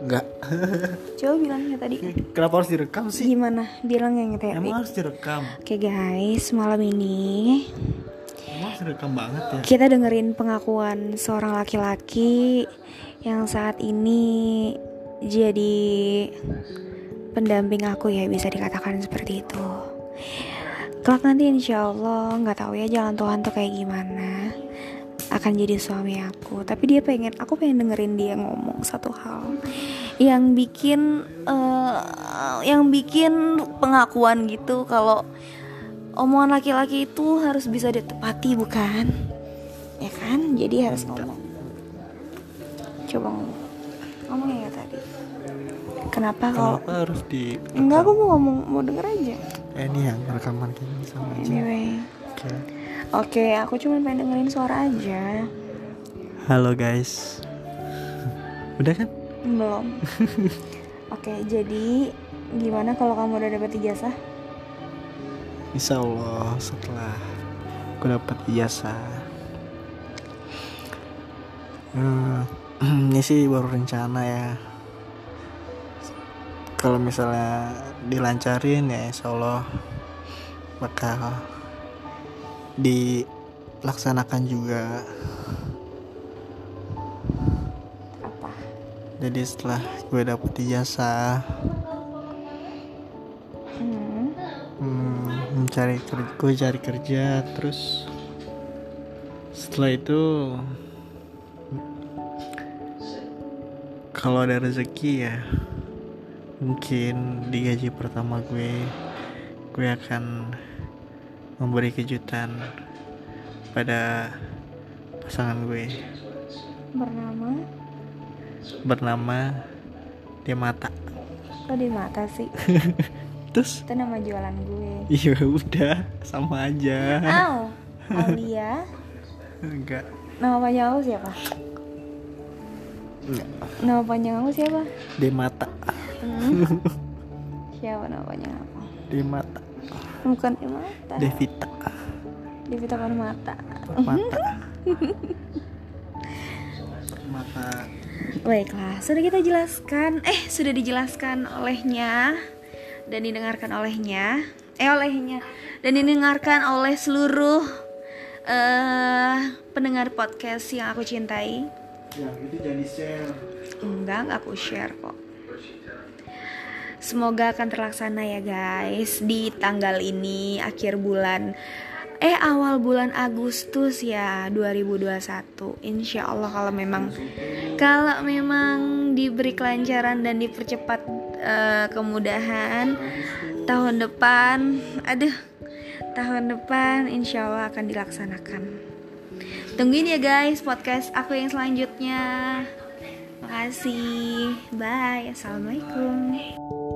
Enggak. Coba bilangnya tadi Kenapa harus direkam sih? Gimana? Bilang yang tadi Emang harus direkam. Oke guys, malam ini Emang harus direkam banget ya. kita dengerin pengakuan seorang laki-laki yang saat ini jadi pendamping aku ya bisa dikatakan seperti itu. Kelak nanti insya Allah nggak tahu ya jalan Tuhan tuh kayak gimana akan jadi suami aku. Tapi dia pengen, aku pengen dengerin dia ngomong satu hal yang bikin eh, yang bikin pengakuan gitu kalau omongan laki-laki itu harus bisa ditepati bukan? Ya kan? Jadi harus ngomong. Coba ngomong. Ngomong ya tadi. Kenapa kalau Kenapa harus di Enggak, aku mau ngomong, mau denger aja. Eh, ini yang rekaman gini sama aja. Anyway, Oke. oke, aku cuma pengen dengerin suara aja. Halo guys. Udah kan? Belum. oke, jadi gimana kalau kamu udah dapet ijazah? Insya Allah setelah aku dapat ijazah. Hmm, ini sih baru rencana ya. Kalau misalnya dilancarin ya Insya Allah bakal dilaksanakan juga. Apa? Jadi setelah gue dapet ijazah, Hmm. hmm, mencari kerja, gue cari kerja, terus setelah itu kalau ada rezeki ya mungkin di gaji pertama gue gue akan memberi kejutan pada pasangan gue Bernama? bernama Demata Kok di mata sih? terus Itu nama jualan gue. iya udah sama aja Al, Alia. enggak Nama panjang aku siapa? enggak Nama panjang aku siapa? Demata Hmm? siapa nama panjang aku? Demata Bukan Emata. Devita Devita Permata. mata mata Baiklah, sudah kita jelaskan. Eh, sudah dijelaskan olehnya dan didengarkan olehnya. Eh, olehnya dan didengarkan oleh seluruh eh pendengar podcast yang aku cintai. yang Ya, itu jadi share Enggak, enggak aku share kok. Semoga akan terlaksana ya guys di tanggal ini akhir bulan eh awal bulan Agustus ya 2021. Insya Allah kalau memang kalau memang diberi kelancaran dan dipercepat eh, kemudahan tahun depan, aduh tahun depan insya Allah akan dilaksanakan. Tungguin ya guys podcast aku yang selanjutnya. Makasih. Bye. Assalamualaikum.